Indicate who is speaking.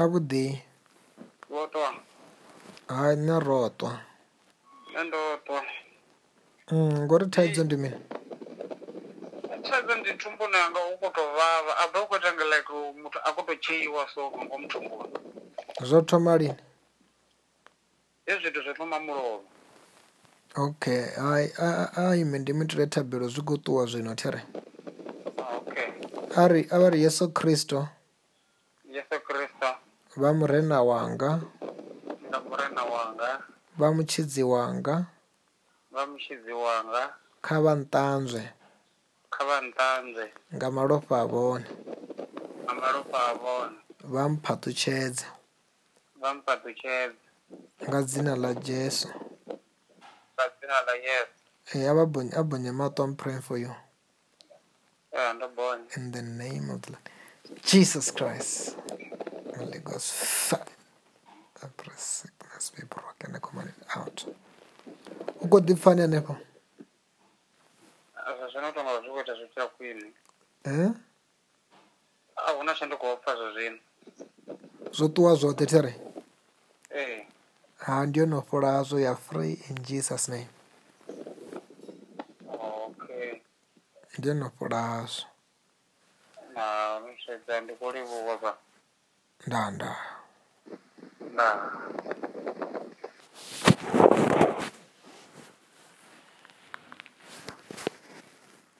Speaker 1: avhuḓi
Speaker 2: wo twa
Speaker 1: hai na rotwa
Speaker 2: nṋe ndo twa
Speaker 1: Mm, ngori thaidzo ndi mini
Speaker 2: thaidzo ndi thumbuni yanga u khou tou vhavha a bva u khou ita nga like muthu a khou tou tsheiwa so nga ngomu thumbuni
Speaker 1: zwo thoma lini
Speaker 2: hezwi zwithu zwo thoma mulovha
Speaker 1: okay hai a- a- ai mi ndi mitele thabelo zwi khou ṱuwa zwino there
Speaker 2: Ah, okay
Speaker 1: a ri a vha ri yeso kristo
Speaker 2: yeso krista
Speaker 1: vha murena wanga
Speaker 2: nga murena wanga
Speaker 1: vha mutshidzi wanga
Speaker 2: nga mushidzi wanga
Speaker 1: kha vha nṱanzwe
Speaker 2: kha vha nṱanze
Speaker 1: nga malofha a vhone
Speaker 2: na malofha a vhone
Speaker 1: vha mphaṱutshedze
Speaker 2: vha mphaṱutshedze
Speaker 1: nga dzina ḽa jesu
Speaker 2: nga dzina ḽa yesu
Speaker 1: e a vha bonye a bonye maṱo i'm praying for you
Speaker 2: Eh, ndo bonya
Speaker 1: in the name of the Lord. Jesus Christ. Holy Ghost, fire. Every sickness be broken. I command it out. U khou ḓi pfani hanefho?
Speaker 2: zwa zwino u tonga zwi khou ita zwi tea khwine
Speaker 1: Eh?
Speaker 2: a hu na tshanduko pfa zwa zwino
Speaker 1: Zwo ṱuwa zwoṱhe there.
Speaker 2: ee
Speaker 1: Ha ndi yo no fhola hazwo ya free in Jesus name.
Speaker 2: okay
Speaker 1: Ndi yo no fhola hazwo.
Speaker 2: na mushedza ndi khou livhuwa vha
Speaker 1: Ndaa ndaa.
Speaker 2: ndaa